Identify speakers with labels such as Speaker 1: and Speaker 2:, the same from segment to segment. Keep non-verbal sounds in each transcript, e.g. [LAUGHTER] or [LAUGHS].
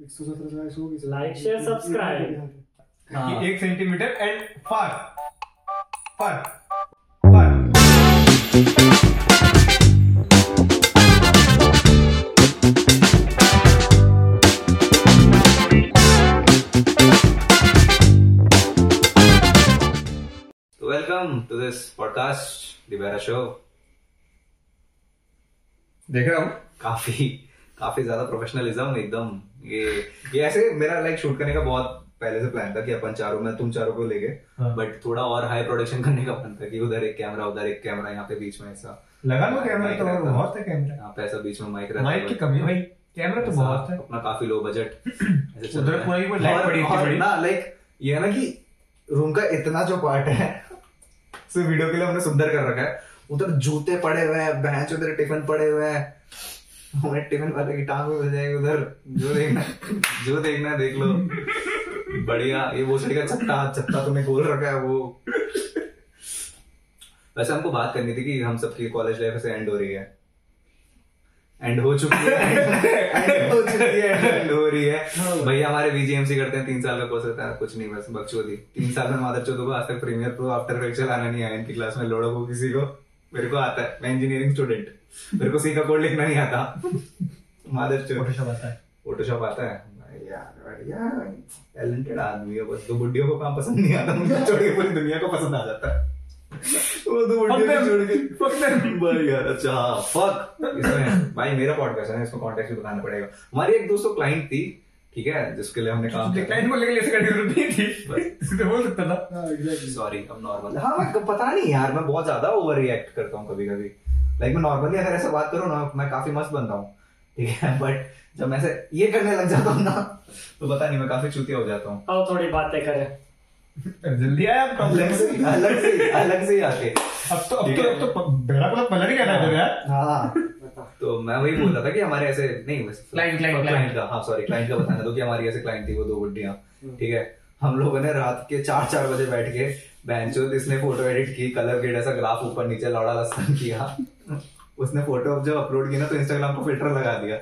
Speaker 1: 117,000 सौ की
Speaker 2: Like,
Speaker 3: um
Speaker 2: share, subscribe. हाँ।
Speaker 4: एक centimetre and far far far
Speaker 5: तो Welcome to this podcast, The Vera Show.
Speaker 4: देख रहा हूँ
Speaker 5: काफी काफी ज्यादा प्रोफेशनलिज्म एकदम ये ये ऐसे मेरा लाइक शूट करने का बहुत पहले से प्लान था कि अपन चारों में तुम चारों को लेके
Speaker 4: हाँ।
Speaker 5: बट थोड़ा और हाई प्रोडक्शन करने का मन था कि उधर एक कैमरा उधर एक कैमरा यहाँ पे बीच में ऐसा
Speaker 4: लगा लो कैमरा
Speaker 5: Mic
Speaker 4: तो
Speaker 5: रहता।
Speaker 4: बहुत है कैमरा
Speaker 5: यहाँ पे ऐसा बीच में माइक रहता
Speaker 4: माइक की कमी है भाई कैमरा तो
Speaker 5: ऐसा
Speaker 4: बहुत है
Speaker 5: अपना काफी लो बजट
Speaker 4: उधर पूरा एक वो light पड़ी इतनी बड़ी।
Speaker 5: ना लाइक ये है ना कि रूम का इतना जो पार्ट है सिर्फ वीडियो के लिए हमने सुंदर कर रखा है उधर जूते पड़े हुए हैं बहन उधर टिफिन पड़े हुए हैं हमारे टिफिन वाले की टांग में मिल जाएगी उधर जो देखना जो देखना है देख लो बढ़िया ये वो सही का चट्टा चट्टा तुमने खोल रखा है वो वैसे हमको बात करनी थी कि हम सबकी कॉलेज लाइफ ऐसे एंड हो रही है एंड हो चुकी है एंड हो चुकी है हाँ। एंड हो रही है भैया हमारे बीजीएमसी करते हैं तीन साल का कोर्स होता है कुछ नहीं बस बकचोदी तीन साल में माधव चौधरी को आज तक प्रीमियर प्रो आफ्टर इफेक्ट चलाना नहीं आया इनकी क्लास में लोड़ों को किसी को मेरे को आता है मैं इंजीनियरिंग स्टूडेंट मेरे को सी का कोड लिखना नहीं आता माधव चौधरी
Speaker 4: फोटोशॉप आता है
Speaker 5: फोटोशॉप आता है भाई यार बढ़िया टैलेंटेड आदमी है बस दो बुढ़ियों को काम पसंद नहीं आता मुझे छोड़ के पूरी दुनिया को पसंद आ जाता है वो दो बुढ़ियों को छोड़ के भाई यार अच्छा हाँ, fuck इसमें भाई मेरा पॉडकास्ट है ना इसमें कॉन्टेक्स्ट भी बताना पड़ेगा हमारी एक दोस्तों क्लाइंट थी ठीक है जिसके लिए हमने काम किया
Speaker 4: क्लाइंट को लेके ऐसे करने की जरूरत नहीं थी
Speaker 5: बस।
Speaker 4: सीधे बोल सकता था
Speaker 3: Ah,
Speaker 5: सॉरी अब नॉर्मल हाँ मैं पता नहीं यार मैं बहुत ज्यादा ओवर रिएक्ट करता हूँ कभी कभी लाइक मैं नॉर्मली अगर ऐसा बात करूँ ना मैं काफी मस्त बनता हूँ ठीक है बट जब मैं ऐसे ये करने लग जाता हूँ ना तो पता नहीं मैं काफी चूतिया हो जाता हूँ
Speaker 2: आओ थोड़ी बातें करें
Speaker 4: जल्दी आया आप
Speaker 5: अलग
Speaker 4: complex।
Speaker 5: से अलग से अलग से ही आके
Speaker 4: अब तो अब
Speaker 5: ठीक
Speaker 4: तो
Speaker 5: है।
Speaker 4: अब तो प- बेड़ा पूरा पलट गया था इधर यार
Speaker 5: हाँ [LAUGHS] तो मैं वही बोल रहा था कि हमारे ऐसे नहीं बस
Speaker 4: Client, client,
Speaker 5: क्लाइंट का हाँ सॉरी क्लाइंट का बताना दो कि हमारी ऐसे क्लाइंट थी वो दो बुढ़िया ठीक है हम लोगों ने रात के चार चार बजे बैठ के बेंचो इसने फोटो एडिट की कलर ग्रेड ऐसा ग्राफ ऊपर नीचे लौड़ा लसन किया उसने फोटो जब अपलोड की ना तो इंस्टाग्राम को फिल्टर लगा दिया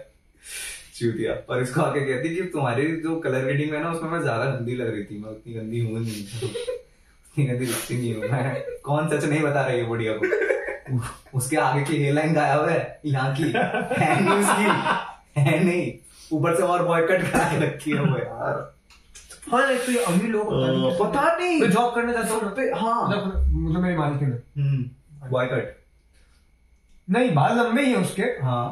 Speaker 5: चूतिया और इसको आके कहती कि तुम्हारी जो कलर ग्रेडिंग है ना उसमें मैं ज्यादा गंदी लग रही थी मैं उतनी गंदी हूँ नहीं [LAUGHS] उतनी गंदी लगती नहीं हूँ मैं कौन सच नहीं बता रही है बुढ़िया को उसके आगे की हेयरलाइन गायब है यहाँ की है नहीं उसकी है नहीं ऊपर से और बॉयकट करा के रखी है वो यार
Speaker 4: हाँ एक तो ये अमीर लोग पता नहीं कैसे-
Speaker 5: पता नहीं
Speaker 4: मैं जॉब करने जाता हूँ
Speaker 5: पे हाँ
Speaker 4: मतलब मतलब मेरी मालिक ने
Speaker 5: बॉयकट
Speaker 4: नहीं बाल लंबे ही है उसके
Speaker 5: हाँ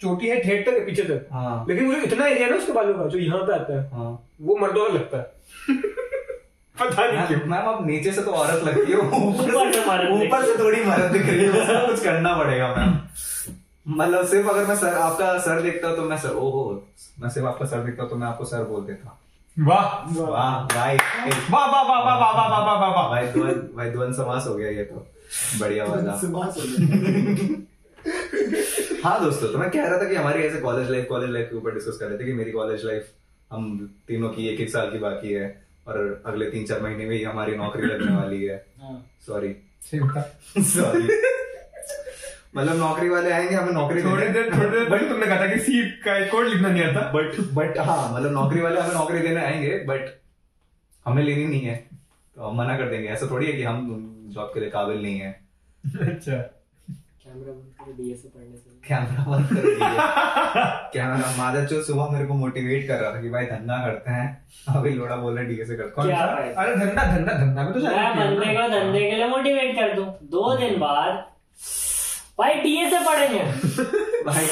Speaker 6: चोटी है ठेठ तक है पीछे तक
Speaker 5: हाँ
Speaker 6: लेकिन मुझे इतना एरिया ना उसके बालों का जो यहाँ पे आता है
Speaker 5: हाँ
Speaker 6: वो मर्दोला लगता है
Speaker 4: [LAUGHS]
Speaker 6: पता नहीं क्यों
Speaker 5: मैम मैम, अब नीचे से तो औरत लगती है ऊपर
Speaker 2: ऊपर से
Speaker 5: से
Speaker 2: मर्द दिख-
Speaker 5: ऊपर से थोड़ी मर्द दिख रही है उसका कुछ करना पड़ेगा मैम मतलब सिर्फ अगर मैं सर आपका सर देखता हूँ तो मैं सर ओहो मैं सिर्फ आपका सर देखता हूँ तो मैं आपको सर बोल देता
Speaker 4: वाह
Speaker 5: वाह भाई भाई
Speaker 4: वाह वाह वाह वाह वाह वाह वाह वाह वाह वाह
Speaker 5: भाई द्वन भाई द्वन समास हो गया ये तो बढ़िया वाला हाँ दोस्तों तो मैं कह रहा था कि हमारी ऐसे कॉलेज लाइफ कॉलेज लाइफ के ऊपर डिस्कस कर रहे थे कि मेरी कॉलेज लाइफ हम तीनों की एक एक साल की बाकी है और अगले तीन चार महीने में ही हमारी नौकरी
Speaker 4: हाँ।
Speaker 5: लगने वाली है सॉरी
Speaker 4: सही होता
Speaker 5: सॉरी मतलब नौकरी वाले आएंगे हमें नौकरी
Speaker 4: थोड़ी देर थोड़ी देर बड़ी तुमने कहा था कि सी का एक कोड लिखना नहीं आता
Speaker 5: बट बट हाँ मतलब नौकरी वाले हमें नौकरी देने आएंगे बट हमें लेनी नहीं है तो हम मना कर देंगे ऐसा थोड़ी है कि हम जॉब के लिए काबिल नहीं है
Speaker 4: अच्छा
Speaker 1: कैमरा बंद करो डीएसए पढ़ने से
Speaker 5: कैमरा बंद कर दिया कैमरा माधव चो सुबह मेरे को मोटिवेट कर रहा था कि भाई धंधा करते हैं अभी लोड़ा बोल रहा है डीएसए करता
Speaker 4: कौन
Speaker 2: क्या
Speaker 4: सा
Speaker 2: है?
Speaker 4: अरे धंधा धंधा धंधा में तो शादी
Speaker 2: मैं
Speaker 4: की
Speaker 2: बंदे
Speaker 4: है ना।
Speaker 2: को हाँ, धंधे के लिए मोटिवेट कर दूं दो दिन बाद भाई टीए से पढ़ेंगे
Speaker 5: भाई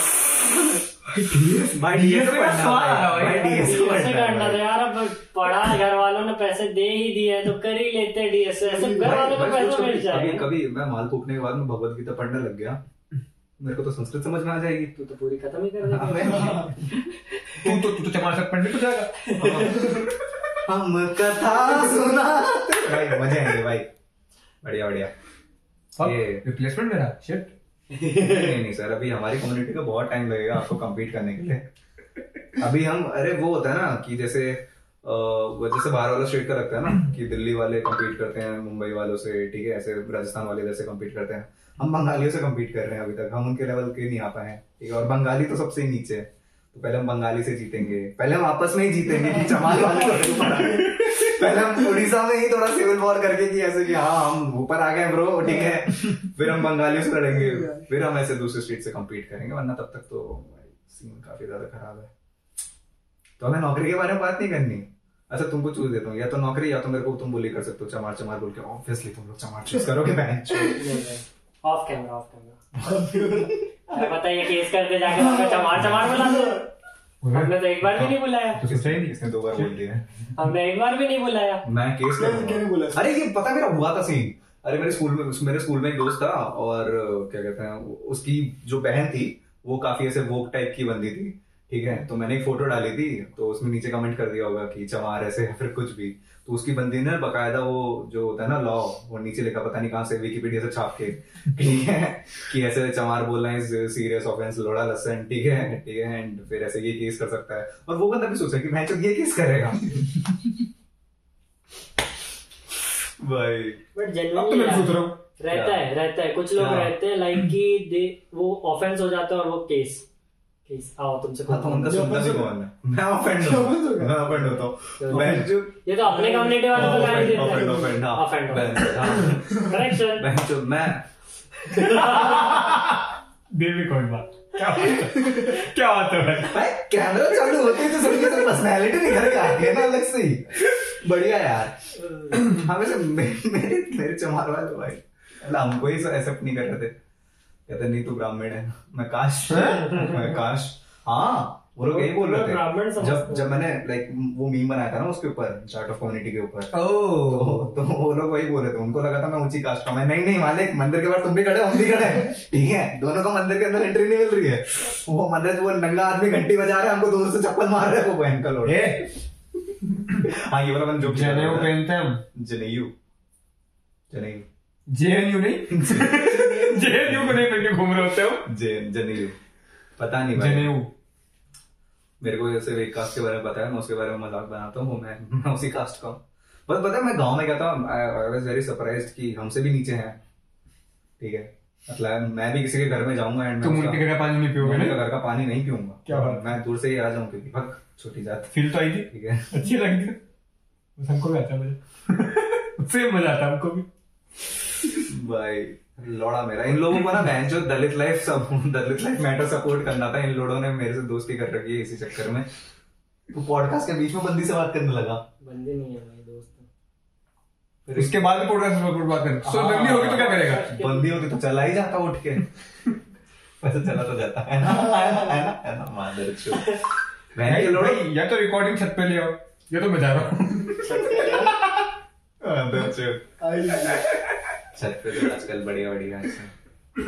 Speaker 5: भाई
Speaker 4: DSA
Speaker 5: DSA
Speaker 4: का
Speaker 5: पढ़ना
Speaker 4: सवाल आ रहा है
Speaker 5: भाई
Speaker 4: भाई।
Speaker 5: DSA
Speaker 2: DSA
Speaker 5: पढ़ना है
Speaker 2: करना था
Speaker 5: भाई।
Speaker 2: यार अब पढ़ा घर वालों ने पैसे दे ही दिए हैं, तो कर ही लेते हैं डीएसए ऐसे घर वालों को
Speaker 5: भाई, सोच
Speaker 2: पैसा मिल
Speaker 5: कभी- कभी
Speaker 2: जाएगा
Speaker 5: कभी मैं माल फूकने के बाद में भगवत गीता पढ़ने लग गया मेरे को तो संस्कृत समझ में आ जाएगी
Speaker 1: तू तो पूरी खत्म ही कर
Speaker 5: हाँ,
Speaker 1: देगा।
Speaker 2: [LAUGHS]
Speaker 5: हमें-
Speaker 4: तू तो तू तो चमाशक पंडित तो जाएगा
Speaker 5: हम कथा सुना भाई मजे आएंगे भाई बढ़िया बढ़िया ये-
Speaker 4: रिप्लेसमेंट मेरा शिट
Speaker 5: नहीं नहीं सर अभी हमारी कम्युनिटी को बहुत टाइम लगेगा आपको कम्पीट करने के लिए अभी हम अरे वो होता है ना कि जैसे अ, वो जैसे बाहर वाला स्टेट का लगता है ना कि दिल्ली वाले कम्पीट करते हैं मुंबई वालों से ठीक है ऐसे राजस्थान वाले इधर से कम्पीट करते हैं हम बंगालियों से कम्पीट कर रहे हैं अभी तक हम उनके लेवल के नहीं आ पाए हैं ठीक है और बंगाली तो सबसे ही नीचे है तो पहले हम बंगाली से जीतेंगे पहले हम आपस में ही जीतेंगे कि चमाल वाले को नहीं पड़ा। पहले हम उड़ीसा में ही थोड़ा सिविल वॉर करके कि ऐसे कि हाँ हम ऊपर आ गए ब्रो ठीक है फिर हम बंगालियों से लड़ेंगे फिर हम ऐसे दूसरे स्टेट से कम्पीट करेंगे वरना तब तक तो सीन काफी ज्यादा खराब है तो हमें नौकरी के बारे में बात नहीं करनी अच्छा तुमको चूज देता हूँ या तो नौकरी या तो मेरे को तुम बोली कर सकते हो चमार चमार बोल के ऑब्वियसली तुम लोग चमार चूज करोगे [LAUGHS] bank
Speaker 2: off camera off camera मैं पता है ये केस करके जाके उसका चमार चमार बुला दो हमने तो एक बार भी नहीं बुलाया
Speaker 5: तो सोचा ही नहीं इसने दो बार बोल दिया है।
Speaker 2: हमने एक बार भी नहीं बुलाया
Speaker 5: मैं केस
Speaker 6: मैंने क्या बोला
Speaker 5: करूंगा
Speaker 6: इसको?
Speaker 5: अरे ये पता मेरा हुआ था सीन अरे मेरे स्कूल में मेरे स्कूल में एक दोस्त था और अ, क्या कहते हैं उ- उसकी जो बहन थी वो काफी ऐसे वोक टाइप की बंदी थी ठीक है तो मैंने एक फोटो डाली थी तो उसमें नीचे कमेंट कर दिया होगा कि चमार ऐसे या फिर कुछ भी तो उसकी बंदी ने बकायदा वो जो होता है ना लॉ वो नीचे लिखा पता नहीं कहाँ से विकीपीडिया से छाप के ठीक है कि ऐसे चमार बोलना इज सीरियस ऑफेंस लोड़ा लसन ठीक है ठीक है एंड फिर ऐसे ये केस कर सकता है और वो बंदा भी सोचा कि मैं ये केस करेगा भाई
Speaker 2: बट
Speaker 6: अब तो मैं भी सोच
Speaker 2: जनरली
Speaker 6: रहा हूँ
Speaker 2: रहता है रहता है कुछ लोग
Speaker 5: क्या?
Speaker 2: रहते हैं लाइक कि दे वो ऑफेंस हो जाता है और वो केस केस आओ तुमसे
Speaker 5: हाँ, तो उनका
Speaker 6: मैं
Speaker 5: सुनता भी
Speaker 6: offended
Speaker 5: कौन है मैं [LAUGHS] ऑफेंड
Speaker 6: मैं
Speaker 5: हूँ
Speaker 6: offended हो गया।
Speaker 5: मैं ऑफेंड होता हूँ
Speaker 2: तो-
Speaker 5: बेंच
Speaker 2: ये तो अपने कम्युनिटी वालों को गाली
Speaker 5: ऑफेंड
Speaker 2: देता
Speaker 5: ऑफेंड
Speaker 2: है
Speaker 5: ऑफेंड
Speaker 2: Offend,
Speaker 5: हाँ
Speaker 2: offend.
Speaker 5: बेंच हाँ
Speaker 2: करेक्शन
Speaker 5: बेंच मैं
Speaker 6: देवी कौन बात क्या बात है क्या बात है भाई
Speaker 5: भाई कैमरा चालू होते ही तो सबकी सब पर्सनैलिटी निकल के आती है ना अलग से ही बढ़िया यार हमेशा मे- मेरे मेरे चमार वाले भाई अल्लाह हमको ही एक्सेप्ट नहीं कर रहे थे कहते नहीं तू ब्राह्मण है मैं काश
Speaker 2: हाँ?
Speaker 5: मैं काश हाँ वो लोग यही बोल
Speaker 2: वो
Speaker 5: रहे
Speaker 2: तो ब्राह्मण
Speaker 5: थे
Speaker 2: समझते
Speaker 5: जब
Speaker 2: हैं।
Speaker 5: जब मैंने लाइक वो मीम बनाया था ना उसके ऊपर चार्ट ऑफ कम्युनिटी के ऊपर तो
Speaker 4: ओह
Speaker 5: तो वो लोग वही बोल रहे थे उनको लगा था मैं ऊंची कास्ट का हूं। मैं नहीं नहीं मालिक मंदिर के बाहर तुम भी खड़े हो, हम भी खड़े हैं। ठीक है दोनों को मंदिर के अंदर एंट्री नहीं मिल रही है वो मंदिर वो नंगा आदमी घंटी बजा रहा है हमको दूर से चप्पल मार रहा है वो बहन का लोड
Speaker 4: ए
Speaker 5: [LAUGHS] हाँ ये वाला बंद जो
Speaker 4: जनेऊ पहनते हम
Speaker 5: जनेयू [LAUGHS] जनेयू
Speaker 4: जेएनयू नहीं जेएनयू को नहीं पहन के घूम रहे होते हो
Speaker 5: जे- जनेयू पता नहीं भाई
Speaker 4: जनेऊ
Speaker 5: मेरे को सिर्फ एक कास्ट के बारे में पता है मैं उसके बारे में मजाक बनाता हूँ मैं मैं उसी कास्ट का हूँ बस पता है मैं गांव में गया था आई वाज वेरी सरप्राइज कि हमसे भी नीचे हैं ठीक है मतलब मैं भी किसी के घर में जाऊंगा एंड
Speaker 4: तुम
Speaker 6: अच्छा।
Speaker 4: उनके तो घर का पानी नहीं पियोगे
Speaker 5: मैं
Speaker 4: ना
Speaker 5: घर का पानी नहीं पीऊंगा
Speaker 4: क्या बात?
Speaker 5: मैं दूर से ही आ जाऊं क्योंकि भक छोटी जात
Speaker 4: फील तो आई थी
Speaker 5: ठीक है
Speaker 4: अच्छी लगी थी बस हमको भी आता है मजा [LAUGHS] उससे भी मजा आता है हमको भी
Speaker 5: भाई लौड़ा मेरा इन लोगों को ना बहन जो दलित लाइफ सब दलित लाइफ मैटर सपोर्ट करना था इन लोगों ने मेरे से दोस्ती कर रखी है इसी चक्कर में वो पॉडकास्ट के बीच में बंदी से बात करने लगा
Speaker 2: बंदे नहीं है भाई दोस्त
Speaker 4: उसके बाद भी पॉडकास्ट पर बात करें सो बंदी होगी तो क्या करेगा
Speaker 5: बंदी होगी तो चला ही जाता उठ के वैसे चला तो जाता है ना है ना है ना है ना मादरचोद। बहन के
Speaker 4: भाई,
Speaker 5: लोड़े
Speaker 4: भाई, या तो रिकॉर्डिंग छत पे ले आओ या तो मैं जा रहा हूँ
Speaker 5: मादरचोद। छत पे तो आजकल बढ़िया बढ़िया ऐसे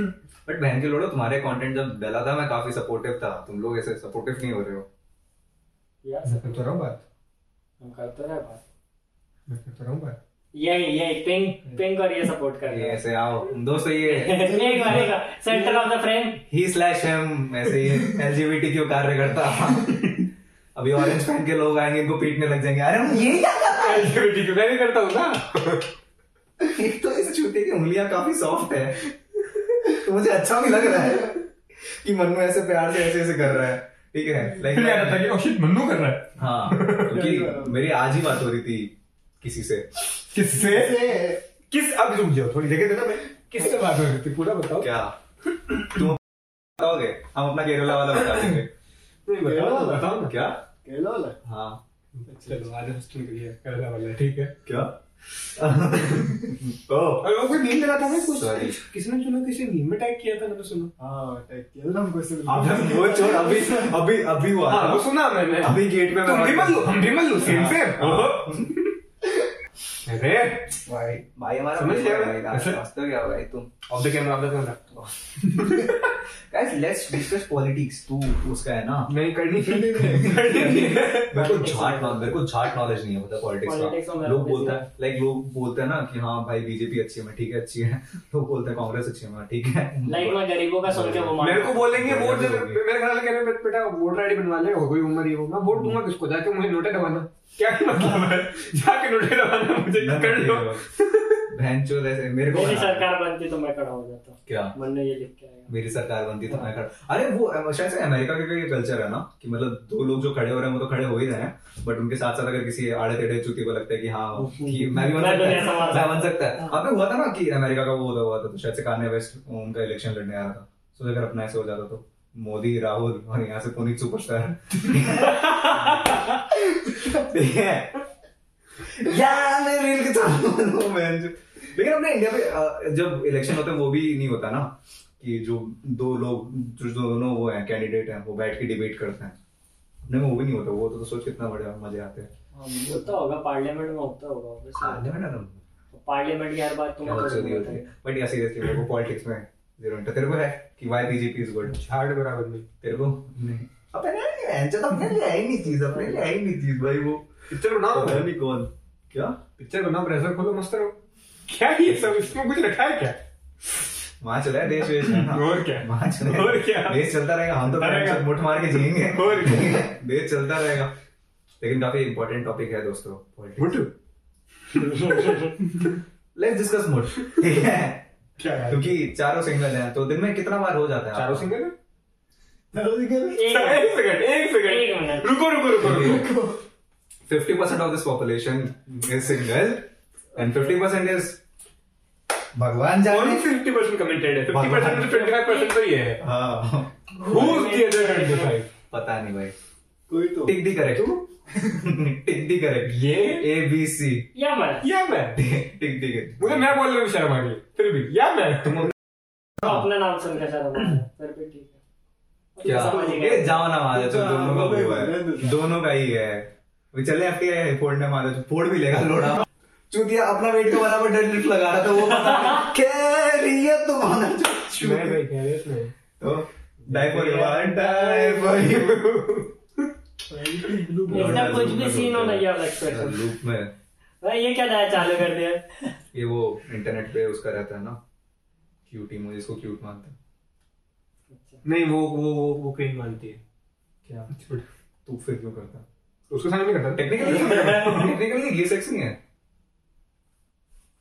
Speaker 5: बट बहन के लोड़ो तुम्हारे कंटेंट जब डला था मैं काफी सपोर्टिव था तुम लोग ऐसे सपोर्टिव नहीं हो रहे हो
Speaker 2: यार
Speaker 4: [LAUGHS] मैं करता रहा हूँ बात
Speaker 2: हम करते रहे बात
Speaker 4: मैं करता रहा हूँ बात
Speaker 2: यही यही पिंक पिंक और ये सपोर्ट कर
Speaker 5: ये
Speaker 2: रहे हैं
Speaker 5: ऐसे आओ दोस्तों ये
Speaker 2: [LAUGHS] एक बार एक सेंटर ऑफ द फ्रेम
Speaker 5: ही स्लैश एम ऐसे ये एलजीबीटी क्यों कार्यकर्ता अभी ऑरेंज पहन के लोग आएंगे इनको पीटने लग जाएंगे अरे हम ये क्या कर रहे
Speaker 4: LGBT क्यों नहीं करता हूँ ना
Speaker 5: हैं? एक तो इस जूते की उंगलियां काफी सॉफ्ट है तो मुझे अच्छा भी लग रहा है कि मनु ऐसे प्यार से ऐसे ऐसे कर रहा है ठीक है
Speaker 4: फिर याद आता
Speaker 5: लाइक
Speaker 4: कि ओ शिट मन्नू कर रहा है
Speaker 5: हाँ
Speaker 4: [LAUGHS]
Speaker 5: क्योंकि मेरी आज ही बात हो रही थी किसी से
Speaker 4: किससे किस अब रुक जाओ थोड़ी जगह देना मैं किससे बात हो रही थी पूरा बताओ
Speaker 5: क्या तुम बताओगे हम अपना केरला वाला बता देंगे
Speaker 4: नहीं बताओ बताओ ना
Speaker 5: क्या
Speaker 6: कहला वाला
Speaker 5: हाँ
Speaker 4: चलो आज हॉस्टल के लिए करला वाला है, ठीक है
Speaker 5: क्या [LAUGHS] ओ
Speaker 4: और वो कोई मीम लगा था ना कुछ
Speaker 5: Sorry.
Speaker 4: किसने सुना किसी मीम में टैग किया था मैंने सुना
Speaker 3: Ah,
Speaker 6: हाँ टैग किया था हमको इससे
Speaker 5: अब हम वो छोड़ अभी अभी अभी हुआ
Speaker 4: हाँ वो
Speaker 5: था।
Speaker 4: सुना मैंने तो
Speaker 5: अभी गेट पे
Speaker 4: तुम भी मल्लू हम भी मल्लू सेम
Speaker 5: हाँ,
Speaker 4: सेम
Speaker 5: [LAUGHS] हाँ।
Speaker 4: ओहो अरे
Speaker 5: भाई भाई हमारा
Speaker 4: समझ गया मैं। ऐसे?
Speaker 5: वास्तव तो क्या भाई तुम
Speaker 4: off the camera off the camera
Speaker 5: guys let's discuss politics तू उसका है ना
Speaker 4: नहीं करनी
Speaker 5: [LAUGHS]
Speaker 4: करनी
Speaker 5: मेरे को झाट नॉलेज मेरे को झाट नॉलेज नहीं है पता पॉलिटिक्स
Speaker 2: Politics और
Speaker 5: का
Speaker 2: मेरे
Speaker 5: लोग
Speaker 2: को
Speaker 5: बोलते
Speaker 2: भी
Speaker 5: हैं लाइक लोग बोलते हैं ना कि हाँ भाई बीजेपी अच्छी है मैं ठीक है अच्छी है [LAUGHS] लोग बोलते हैं कांग्रेस अच्छी है मैं ठीक है [LAUGHS]
Speaker 2: लाइक मैं गरीबों का सुन के वो मान
Speaker 4: मेरे को बोलेंगे वोट दे- मेरे घर वाले कह रहे हैं, बेटा वोटर आईडी बनवा ले हो गई उम्र ये वो मैं वोट दूंगा किसको
Speaker 5: [LAUGHS]
Speaker 4: जाके मुझे नोटे दबाना क्या मतलब है जाके नोटे दबाना मुझे
Speaker 5: मैं
Speaker 4: कर लो
Speaker 5: ठीक हूँ। बहन चोद ऐसे मेरे को
Speaker 2: मेरी
Speaker 5: बना-
Speaker 2: सरकार बनती तो मैं खड़ा हो जाता
Speaker 5: क्या
Speaker 2: मन में ये लिख के आएगा
Speaker 5: मेरी सरकार बनती तो मैं खड़ा अरे वो अम, शायद से अमेरिका का भी कल्चर है ना कि मतलब दो लोग जो खड़े हो रहे हैं वो तो खड़े हो ही रहे हैं बट उनके साथ साथ अगर किसी आड़े टेढ़े चुती को लगता है कि हाँ
Speaker 2: [LAUGHS]
Speaker 5: कि मैं भी बन
Speaker 2: मैं
Speaker 5: सकता
Speaker 2: दुनिया संभाल
Speaker 5: है
Speaker 2: सकता हाँ।
Speaker 5: मैं बन सकता है अबे हुआ था ना कि अमेरिका का वो हुआ था तो शायद से कान्ये वेस्ट उनका इलेक्शन लड़ने आ रहा था सो अगर अपना ऐसे हो जाता तो मोदी राहुल और यहाँ से पुनीत सुपरस्टार ठीक है यार मैं रील के तो मैं जो- लेकिन अपने इंडिया में अ, जब इलेक्शन होते हैं वो भी नहीं होता ना कि जो दो लोग जो दोनों वो हैं कैंडिडेट हैं वो बैठ के डिबेट करते हैं अपने में वो भी नहीं होता वो तो, तो सोच कितना बड़े मजे आते हैं
Speaker 2: हाँ, होता होगा पार्लियामेंट में होता होगा obviously। पार्लियामेंट की हर बात तुम्हें थोड़ी ना होता है
Speaker 5: बट या सीरियसली मेरे को पॉलिटिक्स में जीरो इंटर तेरे को है कि व्हाई बीजेपी इज गुड
Speaker 4: झाड़ बराबर नहीं
Speaker 5: तेरे को नहीं अपने लिए है, जो तो अपने लिए है ही नहीं चीज अपने लिए है ही नहीं चीज भाई वो
Speaker 4: पिक्चर बनाओ
Speaker 5: पता
Speaker 4: ना
Speaker 5: नहीं कौन क्या
Speaker 4: पिक्चर बनाओ ब्राउजर खोलो मस्त रहो क्या ये सब इसमें कुछ रखा है क्या
Speaker 5: वहां चला है देश वेश में ना।
Speaker 4: और क्या?
Speaker 5: वहाँ चला है।
Speaker 4: और क्या?
Speaker 5: देश चलता रहेगा हम तो
Speaker 4: चलता रहेगा।
Speaker 5: सब मुठ मार के जिएंगे
Speaker 4: और क्या?
Speaker 5: देश चलता रहेगा लेकिन काफी इंपॉर्टेंट टॉपिक है दोस्तों
Speaker 4: गुड
Speaker 5: [LAUGHS] लेट्स डिस्कस मुठ ठीक है
Speaker 4: क्या यार?
Speaker 5: क्योंकि चारों सिंगल हैं तो दिन में कितना बार हो जाता है
Speaker 4: चारों सिंगल है
Speaker 2: एक
Speaker 6: एक
Speaker 2: मिनट,
Speaker 6: सेकंड एक
Speaker 2: एक
Speaker 6: सेकंड
Speaker 2: मिनट।
Speaker 6: रुको रुको रुको रुको
Speaker 5: fifty percent of this population is single and fifty percent is भगवान
Speaker 6: ओनली
Speaker 5: जाने
Speaker 6: 50 परसेंट कमेंटेड है 50 परसेंट में 25 परसेंट तो ये है
Speaker 5: हाँ
Speaker 6: हु इज द अदर 25
Speaker 5: पता नहीं भाई
Speaker 4: कोई तो
Speaker 5: टिक दी करेक्ट टिक दी करेक्ट
Speaker 6: ये?
Speaker 5: ए बी सी
Speaker 2: या
Speaker 4: [LAUGHS]
Speaker 2: मैं
Speaker 6: या मैं
Speaker 5: टिक दी
Speaker 6: मुझे मैं बोल रहा हूँ शर्म आ गई फिर भी या मैं
Speaker 2: तो अपना नाम सुनकर शर्म आता है फिर भी ठीक है
Speaker 5: क्या
Speaker 2: समझ ही
Speaker 5: ए,
Speaker 2: गए
Speaker 5: जाओ ना महाराज तुम
Speaker 4: हाँ,
Speaker 5: दोनों का
Speaker 4: वो भी
Speaker 5: हुआ है
Speaker 4: है।
Speaker 5: दोनों का ही है अभी चले आपके फोड़ने महाराज फोड़ भी लेगा लोड़ा चूतिया अपना वेट का बराबर डेड लिफ्ट लगा रहा था वो पता [LAUGHS] कह रही है [LAUGHS] तुम आना
Speaker 4: मैं भाई कह रहे इसमें
Speaker 5: तो die for you die for you
Speaker 2: इसका कुछ भी सीन होना ये अलग से
Speaker 5: लूप तो में
Speaker 2: भाई ये क्या नया चालू कर दिया
Speaker 5: ये वो इंटरनेट पे उसका रहता है ना क्यूटी मुझे इसको क्यूट मानता है
Speaker 6: नहीं वो वो वो वो कहीं मानती है
Speaker 5: क्या तू फिर क्यों करता है?
Speaker 4: उसको सामने नहीं करता
Speaker 5: टेक्निकली टेक्निकली तो ये सेक्स नहीं है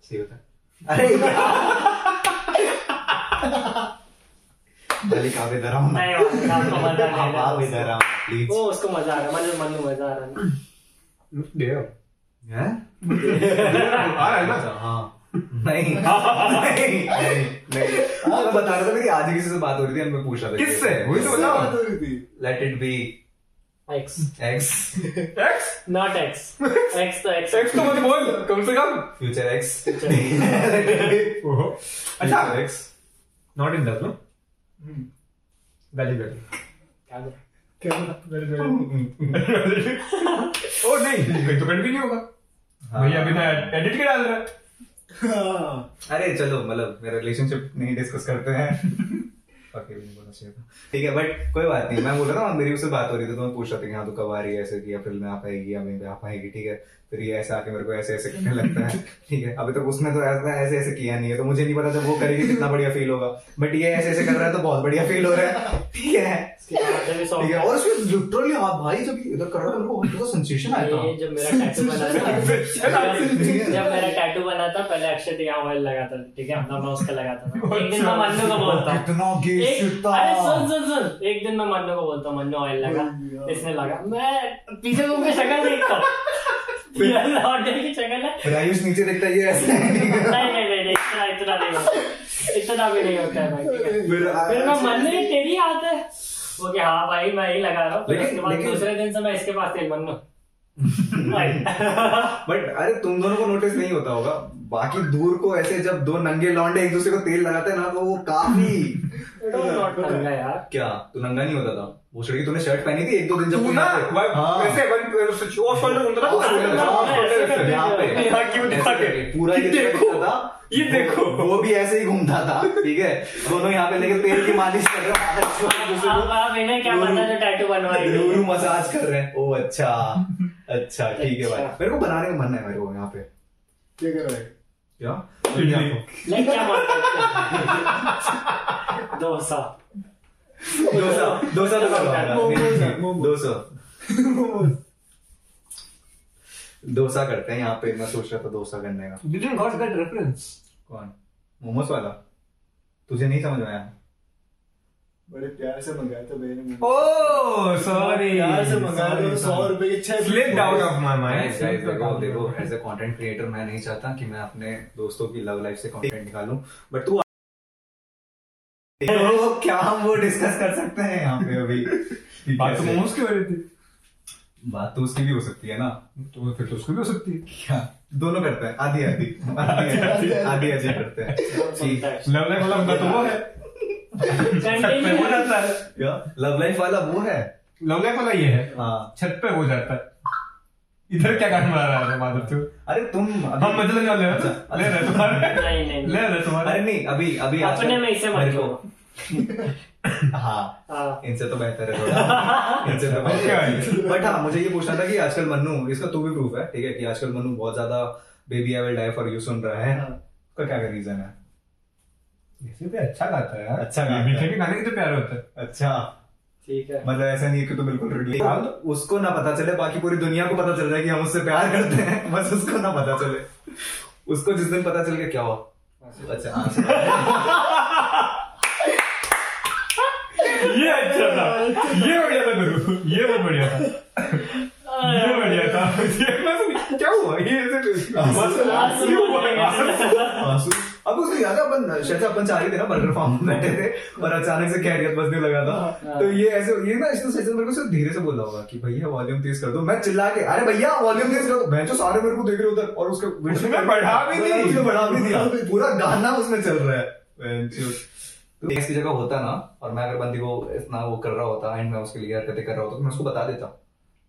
Speaker 6: सही होता
Speaker 5: अरे [LAUGHS] गली का इधर आओ ना [LAUGHS]
Speaker 2: नहीं आपको मजा नहीं आ
Speaker 5: आप
Speaker 2: रहा
Speaker 5: आप इधर आओ प्लीज
Speaker 2: वो उसको मजा आ रहा है मनु मनु मजा आ रहा है
Speaker 4: दे
Speaker 5: हैं
Speaker 4: आ रहा है ना
Speaker 5: अच्छा, हाँ नहीं नहीं नहीं मैं बता रहा था कि आज ही किसी से बात हो रही थी हमने पूछा था
Speaker 6: किससे?
Speaker 4: वही तो बताओ
Speaker 5: लेट इट बी
Speaker 2: ना ex
Speaker 5: ex
Speaker 6: ex
Speaker 2: not ex ex तो एक्स
Speaker 6: एक्स तो मत बोल कम से कम
Speaker 5: फ्यूचर एक्स [LAUGHS]
Speaker 4: ओहो अच्छा
Speaker 5: ex
Speaker 4: not in love no valley valley
Speaker 2: क्या बोला?
Speaker 4: क्या वैली ओ नहीं कहीं तो कट भी नहीं होगा
Speaker 5: हाँ।
Speaker 4: भैया अभी मैं एडिट के डाल रहा है
Speaker 3: Ah.
Speaker 5: अरे चलो मतलब मेरा रिलेशनशिप नहीं डिस्कस करते [LAUGHS] हैं Okay, भी नहीं बोलना चाहिए था। ठीक है बट कोई बात नहीं मैं बोल रहा था मेरी उससे बात हो रही थी तो मैं पूछ रहा था कि हाँ तो कब आ रही है ऐसे कि अप्रैल में आ पाएगी या मई में आ पाएगी ठीक है फिर ये ऐसा आके मेरे को ऐसे ऐसे करने लगता है [LAUGHS] ठीक है अभी तक उसने तो ऐसा ऐसे ऐसे किया नहीं है तो मुझे नहीं पता जब वो करेगी कितना बढ़िया फील होगा बट ये ऐसे ऐसे कर रहा है तो बहुत बढ़िया फील हो रहा है [LAUGHS] ठीक है
Speaker 2: इसके बाद से भी सॉन्ग
Speaker 5: ठीक है और उसमें लिटरली हाँ भाई जब ये इधर कर रहा था मेरे को बहुत ज्यादा सेंसेशन आया
Speaker 2: ये
Speaker 5: था
Speaker 2: जब मेरा टैटू बना
Speaker 5: [LAUGHS]
Speaker 2: था [LAUGHS] जब जब मेरा टैटू बना था पहले अक्षय यहाँ मोबाइल लगा था ठीक है ना मैं उसका लगाता था एक दिन
Speaker 5: अच्छा।
Speaker 2: मैं मन्नू को बोलता हूँ
Speaker 5: कितना gay
Speaker 2: एक-
Speaker 5: shit था।
Speaker 2: अरे सुन सुन सुन एक दिन मैं मन्नू को बोलता हूँ मन्नू ऑयल लगा इसने लगा मैं पीछे घूम के शक्ल देखता
Speaker 5: [LAUGHS]
Speaker 2: हूँ ये लौटे की शक्ल है
Speaker 5: फिर आयुष नीचे देखता है ये ऐसे
Speaker 2: नहीं नहीं नहीं नहीं, इतना इतना नहीं होता इतना भी नहीं होता है भाई ठीक है
Speaker 5: [LAUGHS] फिर
Speaker 2: फिर मैं मन्नू ये तेरी आदत है वो कि हाँ भाई मैं ही लगा रहा हूँ फिर
Speaker 5: लेकिन-
Speaker 2: उसके बाद
Speaker 5: लेकिन-
Speaker 2: दूसरे दिन से मैं इसके पास थे
Speaker 5: [LAUGHS]
Speaker 2: मन्नू भाई
Speaker 5: बट अरे तुम दोनों को नोटिस नहीं होता होगा बाकी दूर को ऐसे जब दो नंगे लौंडे एक दूसरे को तेल लगाते हैं ना तो वो काफी [LAUGHS]
Speaker 2: नॉट करना यार
Speaker 5: क्या तू नंगा नहीं होता था वो लड़की तूने शर्ट पहनी थी एक दो दिन जब
Speaker 6: तू
Speaker 5: कोई
Speaker 6: ना
Speaker 5: यहाँ पे- हाँ।
Speaker 6: वैसे वन ऑफ शोल्डर उनका
Speaker 5: Off shoulder, off shoulder
Speaker 2: ऐसे
Speaker 5: ऐसे,
Speaker 2: करके
Speaker 5: यहाँ पे।
Speaker 6: यहाँ क्यों दिखा के?
Speaker 5: ऐसे करके, पूरा
Speaker 6: ये
Speaker 5: ये
Speaker 6: देखो,
Speaker 5: दिखता था
Speaker 6: ये देखो।
Speaker 5: वो- वो भी ऐसे ही घूमता था ठीक है दोनों यहाँ पे लेके तेल की मालिश कर रहे हैं [LAUGHS]
Speaker 6: हाँ,
Speaker 5: एक दूसरे
Speaker 2: आप
Speaker 5: को
Speaker 2: आप इन्हें क्या
Speaker 5: गुरु-
Speaker 2: पता जो टैटू बनवाई गई
Speaker 5: रूरू
Speaker 2: है?
Speaker 5: मसाज कर रहे हैं ओ अच्छा अच्छा ठीक है भाई
Speaker 2: अच्छा।
Speaker 5: मेरे को बनाने का मन है मेरे को यहाँ पे
Speaker 4: क्या कर रहा है
Speaker 5: क्या
Speaker 2: ले क्या [LAUGHS] मारते डोसा
Speaker 5: डोसा डोसा तो
Speaker 2: मोमोज
Speaker 4: है,
Speaker 5: करवाना
Speaker 4: मोमोज।
Speaker 5: डोसा डोसा करते हैं यहाँ पे मैं सोच रहा था डोसा करने का
Speaker 4: डिडंट गॉट दैट रेफरेंस
Speaker 5: कौन मोमोस वाला तुझे नहीं समझ में आया
Speaker 3: बड़े प्यार से मंगाया था भैया ने
Speaker 4: Oh, ओह सॉरी
Speaker 3: प्यार से मंगाया
Speaker 5: तो
Speaker 3: था सौ रुपए के छह
Speaker 4: slip out of my
Speaker 5: Guys, guys, देखो
Speaker 4: माइंड
Speaker 5: तो देखो एज ए कंटेंट क्रिएटर मैं नहीं चाहता कि मैं अपने दोस्तों की लव लाइफ से कंटेंट निकालूं बट तू वो क्या हम वो डिस्कस कर सकते हैं यहाँ पे अभी कि
Speaker 4: बात तो
Speaker 5: कैसे-
Speaker 4: मोमोज की हो रही थी
Speaker 5: बात तो उसकी भी हो सकती है ना
Speaker 4: तो फिर तो उसको भी हो सकती है
Speaker 5: क्या दोनों करते हैं आधी आधी आधी आधी आधी आधी करते हैं ठीक
Speaker 4: लव लाइफ वाला बंदा तो वो है छत पे हो
Speaker 2: Continue.
Speaker 4: जाता है
Speaker 5: क्या लव लाइफ वाला वो है
Speaker 4: लव लाइफ वाला ये है
Speaker 5: हाँ
Speaker 4: छत पे हो जाता है इधर क्या गाना बना रहा है माधव तू
Speaker 5: अरे तुम अभी-
Speaker 4: हम मतलब ले रहे
Speaker 5: अच्छा,
Speaker 4: थे ले रहे तुम्हारे
Speaker 2: नहीं, नहीं,
Speaker 4: ले रहे तुम्हारे
Speaker 5: अरे नहीं अभी अभी
Speaker 2: अपने
Speaker 5: आजकल-
Speaker 2: में इसे मत
Speaker 5: मेरे को-
Speaker 2: लो।
Speaker 5: हाँ
Speaker 2: हाँ।
Speaker 5: इनसे तो बेहतर है थोड़ा इनसे तो बेहतर बट हाँ मुझे ये पूछना था कि आजकल मन्नू इसका तू भी प्रूफ है ठीक है कि आजकल मन्नू बहुत ज्यादा baby I will die for you सुन रहा है उसका क्या रीजन है
Speaker 4: वैसे भी अच्छा गाता है यार।
Speaker 5: अच्छा गाता है।
Speaker 4: मीठे के गाने की तो प्यार होता है
Speaker 5: अच्छा
Speaker 1: ठीक है
Speaker 5: मतलब ऐसा नहीं है कि तू बिल्कुल रिडली उसको ना पता चले बाकी पूरी दुनिया को पता चल जाए कि हम उससे प्यार करते हैं [LAUGHS] बस उसको ना पता चले उसको जिस दिन पता चल गया क्या हुआ अच्छा आंसू।
Speaker 4: ये अच्छा था ये बढ़िया था गुरु ये बहुत बढ़िया था ये बढ़िया
Speaker 5: [LAUGHS]
Speaker 4: था ये बस- क्या हुआ ये ऐसे- बस
Speaker 2: आंसू
Speaker 4: ये हुआ,
Speaker 2: बोलेगा।
Speaker 4: आंसू।
Speaker 5: आंसू अब उसको याद है अपन शायद से अपन चाह रहे थे ना बर्गर फार्म में बैठे थे और अचानक से कैरियर बजने लगा था तो ये ऐसे ये ना इसको सही से मेरे को सिर्फ धीरे से बोला होगा कि भैया वॉल्यूम तेज कर दो मैं चिल्ला के अरे भैया वॉल्यूम तेज कर दो मैं जो सारे मेरे को देख रहे उधर और उसके
Speaker 4: उसने बढ़ा भी नहीं।
Speaker 5: उसने बढ़ा भी दिया [LAUGHS] पूरा गाना उसमें चल रहा है बेंचो। तो इसकी जगह होता ना और मैं अगर बंदी को इतना वो कर रहा होता एंड मैं उसके लिए हरकतें कर रहा होता तो मैं उसको बता देता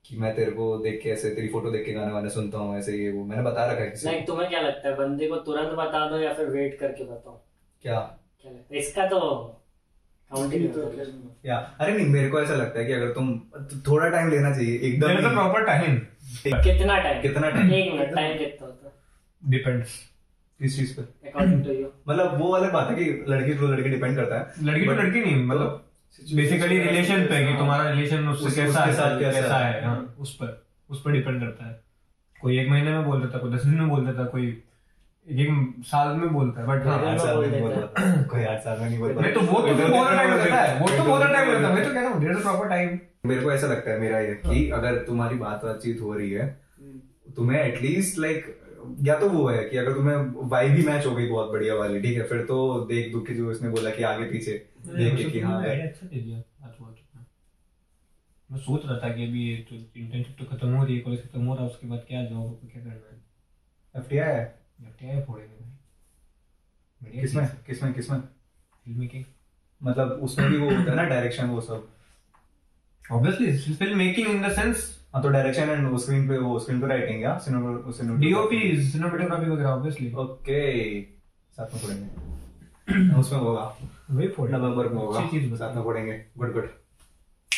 Speaker 5: कि मैं तेरे को देख के ऐसे तेरी फोटो देख के गाने वाने सुनता हूँ ऐसे ये वो मैंने बता रखा है किसी
Speaker 2: नहीं
Speaker 5: को।
Speaker 2: तुम्हें क्या लगता है बंदे को तुरंत बता दो या फिर वेट करके बताओ
Speaker 5: क्या
Speaker 2: क्या लगता है इसका तो काउंट ही तो नहीं होता।
Speaker 5: या अरे नहीं मेरे को ऐसा लगता है कि अगर तुम थोड़ा टाइम लेना चाहिए एकदम
Speaker 4: देयर इज अ
Speaker 5: नहीं।
Speaker 4: प्रॉपर टाइम
Speaker 2: कितना टाइम
Speaker 5: कितना time?
Speaker 2: एक मिनट टाइम कितना होता है
Speaker 4: डिपेंड्स इस चीज पे
Speaker 2: अकॉर्डिंग टू यू
Speaker 5: मतलब वो अलग बात है कि लड़की टू लड़की डिपेंड करता है
Speaker 4: लड़की
Speaker 5: But-
Speaker 4: तो लड़की नहीं मतलब बेसिकली रिलेशन पे कि तुम्हारा रिलेशन उससे
Speaker 5: उस-
Speaker 4: कैसा
Speaker 5: हाँ। उसके
Speaker 4: है
Speaker 5: साथ कैसा
Speaker 4: कैसा
Speaker 5: है।
Speaker 4: है हाँ, उस पर उस पर डिपेंड करता है कोई एक महीने में बोल देता है कोई दस दिन में बोल देता है कोई एक एक साल में बोलता है बट
Speaker 5: कोई
Speaker 4: हाँ
Speaker 5: आठ साल में नहीं
Speaker 2: बोल
Speaker 5: बोल पाता। कोई आठ साल में नहीं बोल
Speaker 4: नहीं
Speaker 5: पाता
Speaker 4: तो वो तो
Speaker 5: कोई
Speaker 4: फिर
Speaker 5: दो
Speaker 4: बहुत
Speaker 5: दिन
Speaker 4: टाइम
Speaker 5: में बोल
Speaker 4: लगता है वो
Speaker 5: कोई
Speaker 4: तो
Speaker 5: दो
Speaker 4: बहुत
Speaker 5: दिन
Speaker 4: टाइम
Speaker 5: में
Speaker 4: लगता है
Speaker 5: बोल
Speaker 4: मैं तो कह रहा हूँ there is a proper time
Speaker 5: मेरे को ऐसा लगता है मेरा ये कि
Speaker 4: हाँ।
Speaker 5: अगर तुम्हारी बात बातचीत हो रही है
Speaker 4: हम्म।
Speaker 5: तुम्हें एटलीस्ट लाइक या तो वो है कि अगर तुम्हें वाई भी मैच हो गई बहुत बढ़िया वाली ठीक है फिर तो देख दुख के जो इसने बोला कि आगे पीछे देख के कि हाँ है।
Speaker 4: अच्छा दे दिया आज वो कितना। मैं सोच रहा था कि अभी ये तो इंटर्नशिप तो खत्म हो रही है कॉलेज खत्म हो रहा है उसके बाद क्या जॉब क्या करना है
Speaker 5: FTI है
Speaker 4: घटिया फोड़ेंगे भाई बढ़िया
Speaker 5: किसमें
Speaker 4: चीज़ है।
Speaker 5: किसमें किसमें
Speaker 4: फिल्म मेकिंग
Speaker 5: मतलब उसमें भी वो होता है ना डायरेक्शन वो सब
Speaker 4: obviously film making in the sense
Speaker 5: हाँ तो डायरेक्शन एंड स्क्रीन पे वो स्क्रीन पे राइटिंग या सिनेमा
Speaker 4: डीओपी सिनेमेटोग्राफी वगैरह ऑब्वियसली
Speaker 5: ओके साथ में पढ़ेंगे [CLEARS THROAT] उसमें होगा
Speaker 4: वही फोड़
Speaker 5: नवंबर में होगा
Speaker 4: अच्छी चीज़ बता
Speaker 5: साथ में पढ़ेंगे गुड गुड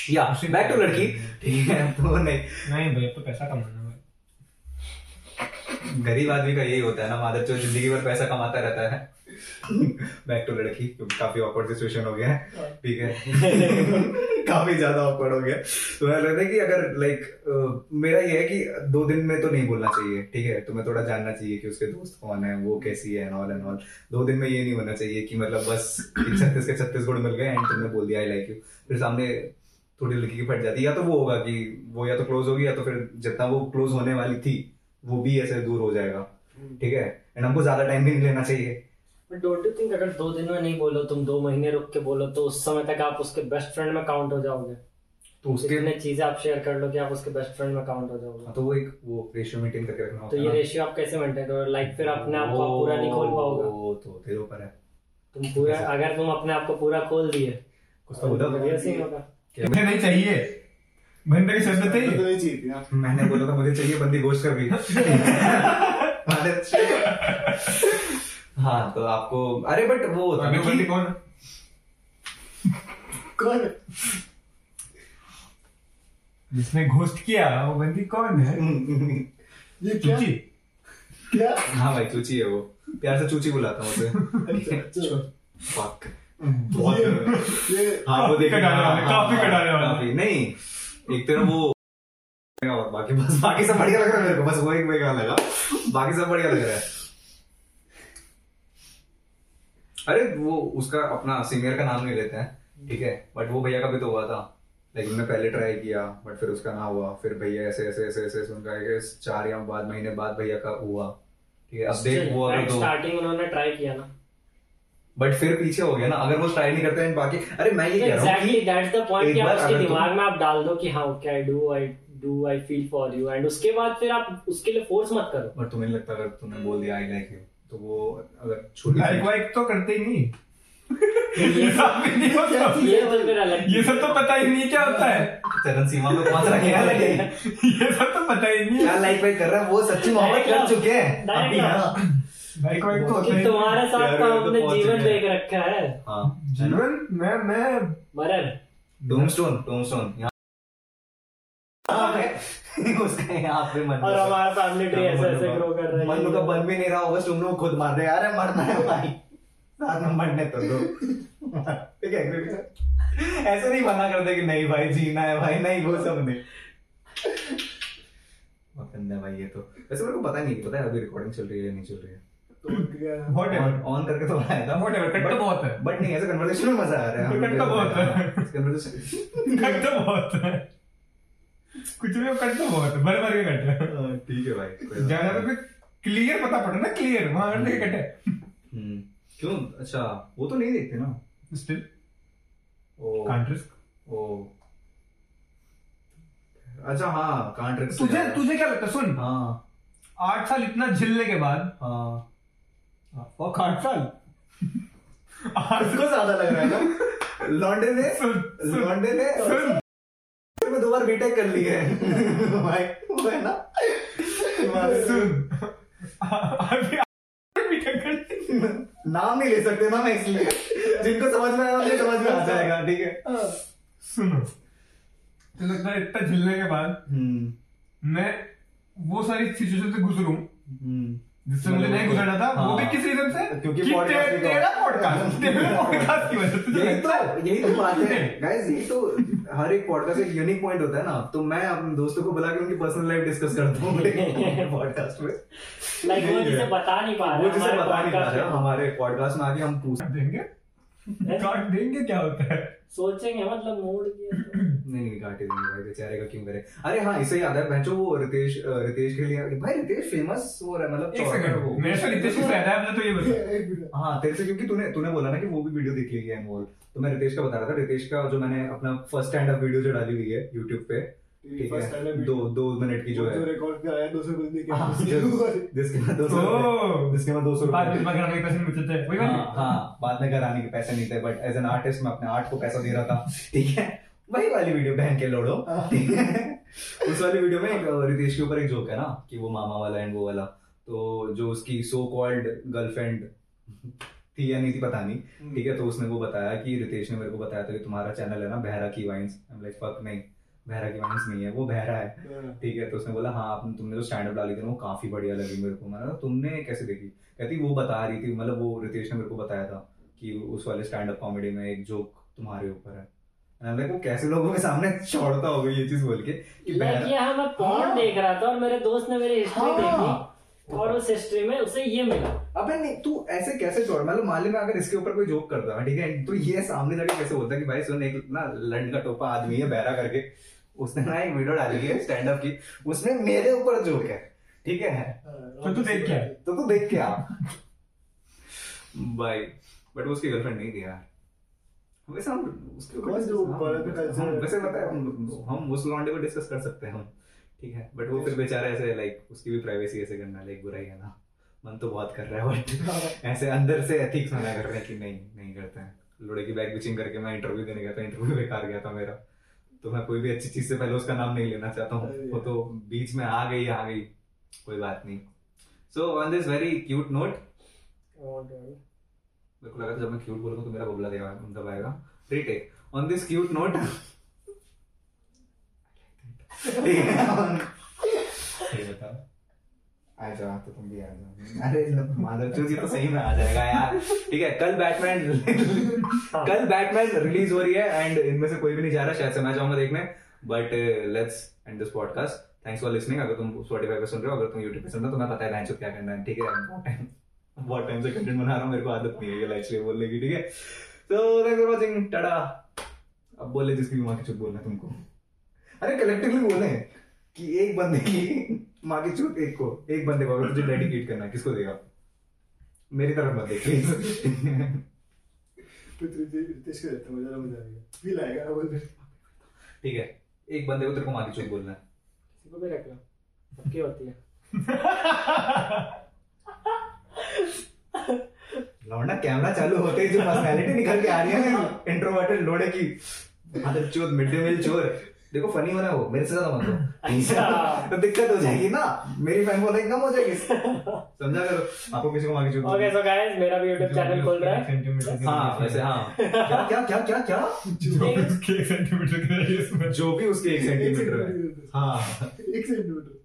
Speaker 5: [LAUGHS] या बैक टू लड़की ठीक है तो नहीं
Speaker 4: नहीं भाई अब तो पैसा कमाना है भाई
Speaker 5: गरीब आदमी का यही होता है ना मादर जो जिंदगी भर पैसा कमाता रहता है बैक टू लड़की क्योंकि काफी awkward सिचुएशन हो गया है ठीक है काफी ज्यादा awkward हो गया तो मैं लगता है कि अगर लाइक मेरा ये है कि दो दिन में तो नहीं बोलना चाहिए ठीक है तुम्हें थोड़ा जानना चाहिए कि उसके दोस्त कौन है वो कैसी है एंड ऑल एंड ऑल दो दिन में ये नहीं होना चाहिए कि मतलब बस छत्तीस के छत्तीस गुड़ मिल गए एंड तुमने बोल दिया आई लाइक यू फिर सामने थोड़ी लड़की की फट जाती है या तो वो होगा कि वो या तो क्लोज होगी या तो फिर जितना वो क्लोज होने वाली थी वो भी ऐसे दूर हो जाएगा ठीक है एंड हमको ज्यादा टाइम भी नहीं लेना चाहिए
Speaker 2: बट डोंट यू थिंक अगर दो दिन में नहीं बोलो तुम दो महीने रुक के बोलो तो उस समय तक आप उसके बेस्ट फ्रेंड में काउंट हो जाओगे
Speaker 5: तो उसके
Speaker 2: कितने चीजें आप शेयर कर लो कि आप उसके बेस्ट फ्रेंड में काउंट हो जाओगे
Speaker 5: हाँ, तो वो एक वो रेशियो मेंटेन करके रखना
Speaker 2: तो
Speaker 5: होता
Speaker 2: ये
Speaker 5: है
Speaker 2: रेशियो आप कैसे मेंटेन करोगे लाइक फिर अपने आप को आप
Speaker 5: वो-
Speaker 2: पूरा नहीं खोल पाओगे
Speaker 5: वो तो तेरे ऊपर है
Speaker 2: तुम पूरा अगर तुम अपने आप को पूरा खोल दिए
Speaker 5: कुछ तो
Speaker 2: तो
Speaker 5: बोला
Speaker 2: बढ़िया सीन होगा
Speaker 4: मुझे नहीं चाहिए बंदे की शर्त
Speaker 3: तो
Speaker 4: चाहिए
Speaker 3: नहीं चाहिए थी, हाँ।
Speaker 5: मैंने बोला था मुझे चाहिए बंदी गोश्त कर गई हाँ तो आपको अरे बट वो होता है
Speaker 4: अभी
Speaker 5: ना
Speaker 4: बंदी
Speaker 5: कि-
Speaker 4: कौन है
Speaker 3: कौन है?
Speaker 4: जिसने घोस्ट किया वो बंदी कौन है
Speaker 3: ये क्या
Speaker 4: चुची
Speaker 3: क्या
Speaker 5: हाँ भाई चूची है वो प्यार से चूची बुलाता हूँ
Speaker 4: [LAUGHS]
Speaker 5: उसे
Speaker 3: अच्छा,
Speaker 5: Fuck.
Speaker 4: [LAUGHS]
Speaker 3: ये- ये
Speaker 5: हाँ वो
Speaker 4: काफी
Speaker 5: देखने
Speaker 4: कटाने वाले,
Speaker 5: हाँ,
Speaker 4: काफी
Speaker 5: हाँ,
Speaker 4: कटाने वाले।
Speaker 5: काफी। नहीं एक तेरा वो [LAUGHS] और बाकी बस बाकी सब बढ़िया लग रहा है मेरे को बस वो एक बेकार लगा बाकी सब बढ़िया लग रहा है अरे वो उसका अपना सिंगर का नाम नहीं लेते हैं ठीक है बट वो भैया का भी तो हुआ था लेकिन उन्होंने पहले ट्राई किया बट फिर उसका ना हुआ फिर भैया ऐसे ऐसे ऐसे ऐसे ऐसे उनका I guess चार या बाद महीने बाद भैया का हुआ ठीक है तो अब देख वो अगर दो
Speaker 2: स्टार्टिंग उन्होंने ट्राई किया ना
Speaker 5: बट फिर पीछे हो गया ना अगर वो ट्राई नहीं करते हैं बाकी अरे मैं ये कह रहा हूँ
Speaker 2: एग्जैक्टली
Speaker 5: कि
Speaker 2: दैट्स द पॉइंट
Speaker 5: एक
Speaker 2: कि आप
Speaker 5: बार
Speaker 2: उसके
Speaker 5: अगर तुम-
Speaker 2: दिमाग में आप डाल दो कि हाँ okay I do I do I feel for you and उसके बाद फिर आप उसके लिए फोर्स मत
Speaker 5: [LAUGHS]
Speaker 2: करो
Speaker 5: बट तुम्हें नहीं लगता अगर तुमने बोल दिया आई लाइक यू तो वो अगर छूट
Speaker 4: लाइक वाइक तो करते ही नहीं
Speaker 2: ये
Speaker 4: ये सब भी नहीं होता।
Speaker 2: ये तो फिर अलग
Speaker 4: ये सब तो पता ही नहीं क्या होता है
Speaker 5: चरण सीमा को पांच रखे हैं लेकिन
Speaker 4: ये सब तो पता ही नहीं
Speaker 5: क्या लाइफ में कर रहा है वो सच्ची मोहब्बत कर चुके हैं
Speaker 2: Direct
Speaker 5: अभी
Speaker 2: love.
Speaker 5: हाँ
Speaker 4: लाइक वाइक तो
Speaker 2: कि
Speaker 4: होता ही नहीं।
Speaker 2: तुम्हारे साथ
Speaker 5: यार,
Speaker 2: तो
Speaker 5: ये तो
Speaker 2: हमने
Speaker 5: बहुत
Speaker 2: जीवन
Speaker 5: चीज़ें हैं।
Speaker 2: देख रखा है
Speaker 5: हाँ
Speaker 4: जीवन मैं मैं
Speaker 2: मरण
Speaker 5: टोम्बस्टोन टोम्बस्टोन यहाँ पे [LAUGHS] उसका यहाँ पे मन
Speaker 2: और हमारा फैमिली ट्री ऐसे ऐसे ग्रो कर रहा है
Speaker 5: मनु का तो बन भी नहीं रहा होगा तुम लोग खुद मार रहे हैं। अरे मरना है भाई साथ में मरने तो दो ठीक है agree with- ऐसे नहीं मना करते कि नहीं भाई जीना है भाई नहीं वो सब नहीं बहुत गंदा है भाई ये तो वैसे मेरे को पता नहीं पता है अभी रिकॉर्डिंग चल रही है या नहीं चल रही है
Speaker 4: व्हाटएवर
Speaker 5: ऑन करके तो आया था
Speaker 4: Whatever, कट तो बहुत है।
Speaker 5: बट नहीं ऐसे कन्वर्सेशन में मजा आ रहा है हाँ,
Speaker 4: कट तो बहुत है।
Speaker 5: कन्वर्सेशन
Speaker 4: कट तो बहुत है कुछ भी कट तो बहुत है भर भर के कट है
Speaker 5: ठीक है भाई कोई बात
Speaker 4: ज्यादा
Speaker 5: नहीं।
Speaker 4: में क्लियर पता पड़ा ना क्लियर वहां अंडे के कट
Speaker 5: हम्म, क्यों अच्छा वो तो नहीं देखते ना
Speaker 4: है स्टिल
Speaker 5: ओ
Speaker 4: कॉन्ट्रस्ट
Speaker 5: ओ अच्छा हाँ कॉन्ट्रैक्ट
Speaker 4: तुझे तुझे क्या लगता है सुन
Speaker 5: हाँ
Speaker 4: आठ साल इतना झिलने के बाद
Speaker 5: हाँ
Speaker 4: और आठ साल आठ
Speaker 5: इसको ज्यादा लग रहा है ना लॉन्डे ने
Speaker 4: सुन, सुन,
Speaker 5: लॉन्डे ने
Speaker 4: सुन।
Speaker 5: में दो बार बीटेक कर ली है भाई वो है ना
Speaker 4: सुन अभी आठ भी टक्कर
Speaker 5: नाम नहीं ले सकते ना मैं इसलिए जिनको समझ में आया उनको समझ में आ जाएगा ठीक है
Speaker 4: सुनो तो लगता है इतना झिलने के बाद
Speaker 5: हम्म,
Speaker 4: मैं वो सारी सिचुएशन से गुजरूं
Speaker 5: हम्म।
Speaker 4: जिससे मुझे नहीं गुजरना था वो भी
Speaker 5: हाँ।
Speaker 4: किस रीजन से
Speaker 5: क्योंकि
Speaker 4: कि
Speaker 5: podcast
Speaker 4: ते-
Speaker 5: भी तो-
Speaker 4: तेरा
Speaker 5: [LAUGHS]
Speaker 4: पॉडकास्ट तेरा पॉडकास्ट की वजह से
Speaker 5: यही तो यही तो बात है गाइस यही तो हर एक पॉडकास्ट एक यूनिक पॉइंट होता है ना तो मैं अपने दोस्तों को बुला के उनकी पर्सनल लाइफ डिस्कस करता हूँ पॉडकास्ट में
Speaker 2: लाइक वो जिसे बता नहीं पा रहे
Speaker 5: वो जिसे
Speaker 2: हमारे
Speaker 5: बता नहीं पा
Speaker 2: podcast
Speaker 5: रहे हाँ।
Speaker 2: में।
Speaker 5: हमारे पॉडकास्ट में आके हम पूछ
Speaker 4: काट देंगे [LAUGHS]
Speaker 5: तो-
Speaker 4: काट देंगे क्या होता है
Speaker 2: सोचेंगे मतलब मूड किया
Speaker 5: नहीं नहीं काटे देंगे भाई बेचारे का क्यों करे अरे हाँ इससे याद है भैंचो वो रितेश अ, रितेश के लिए भाई रितेश फेमस हो रहा है मतलब
Speaker 4: एक
Speaker 5: चौड़ा है वो।
Speaker 4: सेकंड मेरे से रितेश किस रहता है तो ये
Speaker 5: [LAUGHS]
Speaker 4: बता
Speaker 5: हाँ तेरे से क्योंकि तूने तूने बोला ना कि वो भी वीडियो देख ली है अनमोल तो मैं रितेश का बता रहा था रितेश का जो मैंने अपना फर्स्ट स्टैंड अप वीडियो जो डाली हुई है यूट्यूब पे ठीक है दो दो मिनट की जो है
Speaker 3: रिकॉर्ड कराया दो सौ कुछ नहीं
Speaker 5: हाँ,
Speaker 3: किया
Speaker 5: जिसके में दो सौ
Speaker 4: ओह।
Speaker 5: जिसके में दो सौ
Speaker 4: Oh। बाद में मगर हमें पैसे मिलते थे वही
Speaker 5: हाँ
Speaker 4: वाली
Speaker 5: हाँ, बाद में घर आने के पैसे नहीं थे बट एज एन आर्टिस्ट मैं अपने आर्ट को पैसा दे रहा था ठीक है वही वाली वीडियो बहन के लोड़ो ठीक है? उस वाली वीडियो में एक रितेश के ऊपर एक जोक है ना कि वो मामा वाला एंड वो वाला तो जो उसकी सो कॉल्ड गर्लफ्रेंड थी या नहीं थी पता नहीं ठीक है तो उसने वो बताया कि रितेश ने मेरे को बताया था कि तुम्हारा चैनल है ना बहरा की wines I am like fuck नहीं बहरा की वाइन्स नहीं है वो बहरा है ठीक है तो उसने बोला हाँ आपने तुमने जो स्टैंड अप डाली थी ना वो काफी बढ़िया लगी मेरे को मैंने कहा, तुमने कैसे देखी कहती वो बता रही थी मतलब वो रितेश ने मेरे को बताया था कि उस वाले स्टैंड अप कॉमेडी में एक जोक तुम्हारे ऊपर है And I'm like, वो कैसे लोगों के सामने छोड़ता होगा ये चीज बोल के कि
Speaker 2: लाइक
Speaker 5: बहरा
Speaker 2: ये हाँ मैं porn
Speaker 5: हाँ।
Speaker 2: देख रहा था और मेरे दोस्त ने मेरी हिस्ट्री देखी और उस हिस्ट्री में उसे ये मिला
Speaker 5: अबे नहीं तू ऐसे कैसे छोड़ मतलब मान ले मैं अगर इसके ऊपर कोई जोक करता हूँ ठीक है तो ये सामने जाके कैसे बोलता है कि भाई सुन एक ना लंड का टोपा आदमी है बहरा करके उसने ना एक वीडियो डाली है स्टैंड अप की उसमें मेरे ऊपर जोक है ठीक है
Speaker 4: तो तू देख क्या
Speaker 5: तो तू देख के आ भाई बट वो उसकी गर्लफ्रेंड नहीं थी यार वैसे हम उसके
Speaker 3: कौन जो
Speaker 5: हाँ,
Speaker 3: कॉलेज में
Speaker 5: वैसे-
Speaker 3: culture
Speaker 5: हाँ,
Speaker 3: है।
Speaker 5: वैसे पता है हम हम उस लॉन्डे को डिस्कस कर सकते हैं हम ठीक है बट वो फिर
Speaker 3: अच्छा।
Speaker 5: बेचारा ऐसे लाइक उसकी भी प्राइवेसी ऐसे करना लाइक बुराई है ना मन तो बहुत कर रहा है
Speaker 3: हाँ।
Speaker 5: बट ऐसे अंदर से एथिक्स मना कर रहे हैं कि नहीं नहीं करते हैं लोड़े की बैग बिचिंग करके मैं इंटरव्यू देने गया था इंटरव्यू बेकार गया था मेरा तो मैं कोई भी अच्छी चीज से पहले उसका नाम नहीं लेना चाहता हूँ वो तो बीच में आ गई आ गई कोई बात नहीं so on this very cute note
Speaker 2: Oh
Speaker 5: मेरे को लगा था जब मैं क्यूट बोलूंगा तो मेरा बबला देगा दबाएगा retake on this cute [LAUGHS] note आ जाओ तो तुम भी आ जाओ अरे माधव चूजी तो सही में आ जाएगा यार ठीक है कल बैटमैन कल बैटमैन uh, रिलीज हो रही है एंड इनमें से कोई भी नहीं जा रहा शायद से मैं जाऊंगा देखने but let's end this podcast thanks for listening अगर तुम Spotify पे सुन रहे हो अगर तुम YouTube पे सुन रहे हो तो मैं पता है बहनचोद क्या करना है ठीक है बहुत टाइम बहुत टाइम से कंटेंट बना रहा हूँ मेरे को आदत नहीं है ये लाइफ बोलने की ठीक है तो थैंक्स फॉर वाचिंग टाटा अब बोले जिसकी भी माँ की चुप बोलना है तुमको अरे कलेक्टिवली बोले कि एक बंदे की [LAUGHS] माँ की चुप एक को एक बंदे को अगर तुझे डेडिकेट करना है किसको देगा मेरी तरफ मत देख प्लीज
Speaker 3: रितेश का रहता है, मजा मजा आएगा फील आएगा बोल रहे
Speaker 5: [LAUGHS] ठीक है एक बंदे को तेरे को माँ की चुप बोलना है
Speaker 2: किसी को भी रख लो सबकी होती है
Speaker 5: लौंडा कैमरा चालू होते ही जो पर्सनैलिटी निकल के आ रही है ना इंट्रोवर्टेड लोड़े की मतलब चोर मिड डे मील चोर देखो फनी होना है वो मेरे से ज्यादा मत
Speaker 2: अच्छा।
Speaker 5: हो तो दिक्कत हो जाएगी ना मेरी फैन फॉलोइंग कम हो जाएगी समझा करो आपको किसी को मांगे चोर
Speaker 2: ओके सो गाइस मेरा भी YouTube चैनल खोल रहा है
Speaker 4: सेंटीमीटर
Speaker 5: हाँ वैसे हाँ क्या क्या क्या क्या क्या
Speaker 4: जो भी उसके एक सेंटीमीटर के रेडियस
Speaker 5: [LAUGHS]
Speaker 4: में
Speaker 5: जो भी उसके एक सेंटीमीटर है
Speaker 3: हैं।
Speaker 5: हाँ
Speaker 3: एक सेंटीमीटर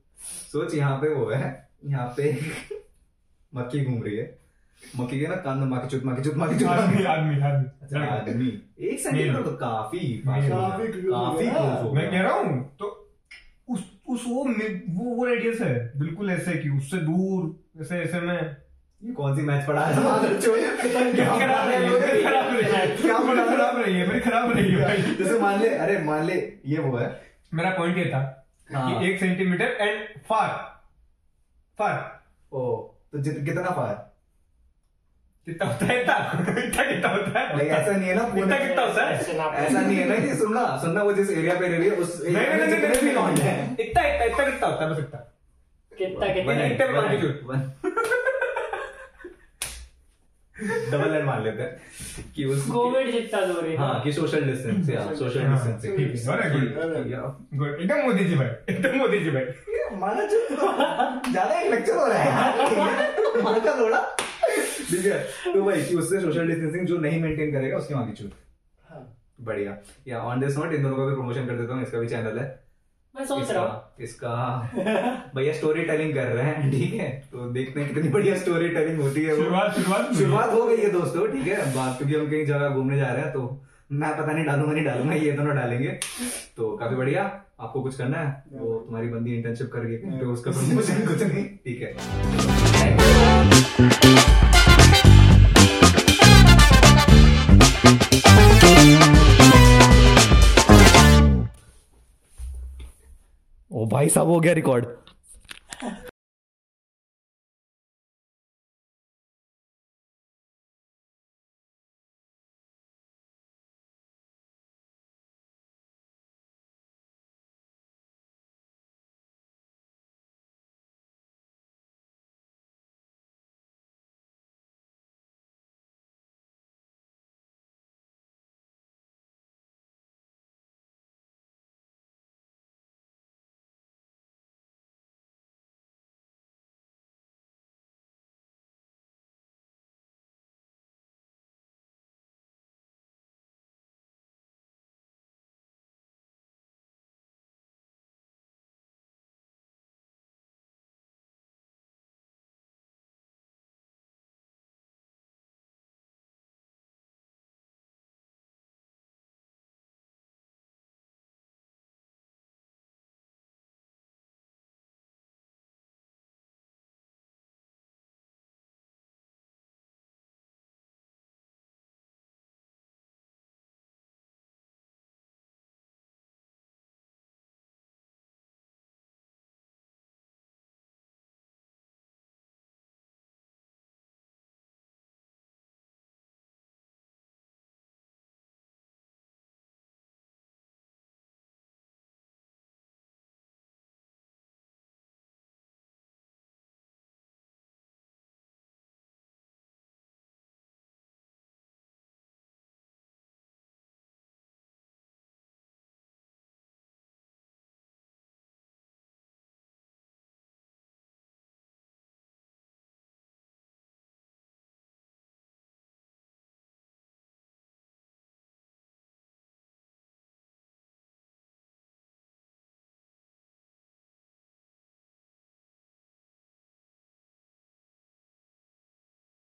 Speaker 5: सोच यहाँ पे वो है यहाँ पे मक्खी घूम रही है मक्खी के ना कान में माँ की चुप माँ की चुप माँ की चुप
Speaker 4: आदमी आदमी
Speaker 5: अच्छा,
Speaker 4: आदमी
Speaker 5: आदमी एक सेंटीमीटर तो काफी
Speaker 4: मेल।
Speaker 5: काफी
Speaker 3: काफी
Speaker 5: काफी
Speaker 3: close
Speaker 5: close हो
Speaker 4: मैं
Speaker 5: गया।
Speaker 4: कह रहा हूँ तो उस उस वो मि- वो वो रेडियस है बिल्कुल ऐसे कि उससे दूर ऐसे ऐसे मैं
Speaker 5: ये कौन सी मैच पढ़ा
Speaker 4: [LAUGHS]
Speaker 5: है [LAUGHS] बादल चोर? क्या पढ़ा
Speaker 4: खराब
Speaker 5: रहे
Speaker 4: रही
Speaker 5: हो?
Speaker 4: है खराब रही है
Speaker 5: क्या पढ़ा रहे हो?
Speaker 4: खराब रही है मेरी खराब रही है भाई
Speaker 5: जैसे मान ले अरे मान ले ये वो है
Speaker 4: मेरा पॉइंट ये था
Speaker 5: हाँ।
Speaker 4: कि एक सेंटीमीटर एंड फार फार
Speaker 5: ओ तो जित- कितना फार
Speaker 4: कितना होता है इतना इतना कितना होता है
Speaker 5: भाई ऐसा नहीं है ना
Speaker 4: इतना
Speaker 5: पूरे-
Speaker 4: कितना होता है
Speaker 2: ऐसे ना
Speaker 5: ऐसा नहीं है ना कि सुनना सुनना वो जिस एरिया पे रह रही है उस
Speaker 4: नहीं
Speaker 5: area
Speaker 4: नहीं
Speaker 5: में
Speaker 4: नहीं
Speaker 5: जितने
Speaker 4: नहीं
Speaker 5: भी
Speaker 4: नहीं,
Speaker 5: लोग हैं।
Speaker 4: नहीं इतना इतना इतना कितना होता है बस इतना
Speaker 2: कितना
Speaker 5: One
Speaker 2: कितना
Speaker 5: hand,
Speaker 4: इतने में
Speaker 5: one hand,
Speaker 4: longitude?
Speaker 5: one- [LAUGHS] double and मान लेते हैं कि उसको
Speaker 2: कोविड जितना दूरी
Speaker 5: हाँ कि सोशल डिस्टेंस या सोशल
Speaker 4: हाँ,
Speaker 5: डिस्टेंसिंग
Speaker 4: ठीक है, very good. गुड एकदम मोदी जी भाई [LAUGHS] एकदम मोदी जी भाई
Speaker 5: माना जो ज्यादा एक लेक्चर हो रहा है माँ का लोड़ा ठीक है तो भाई कि उससे सोशल डिस्टेंसिंग जो नहीं मेंटेन करेगा उसके माँ की चूत
Speaker 3: हाँ
Speaker 5: बढ़िया या ऑन दिस नोट इन दोनों का भी प्रमोशन कर देता हूँ इसका भी चैनल है
Speaker 2: मैं सोच रहा हूँ
Speaker 5: इसका, इसका भैया स्टोरी टेलिंग कर रहे हैं ठीक है तो देखते हैं कितनी बढ़िया स्टोरी टेलिंग होती है वो।
Speaker 4: शुरुआत- शुरुआत हुई।
Speaker 5: [LAUGHS] शुरुआत हो गई है दोस्तों ठीक है बात क्योंकि हम कहीं जगह घूमने जा रहे हैं तो मैं पता नहीं डालूंगा नहीं डालूंगा ये दोनों डालेंगे तो काफी बढ़िया आपको कुछ करना है वो तुम्हारी बंदी इंटर्नशिप कर गई है, तो उसका प्रमोशन कुछ नहीं ठीक है ओ भाई साहब हो गया रिकॉर्ड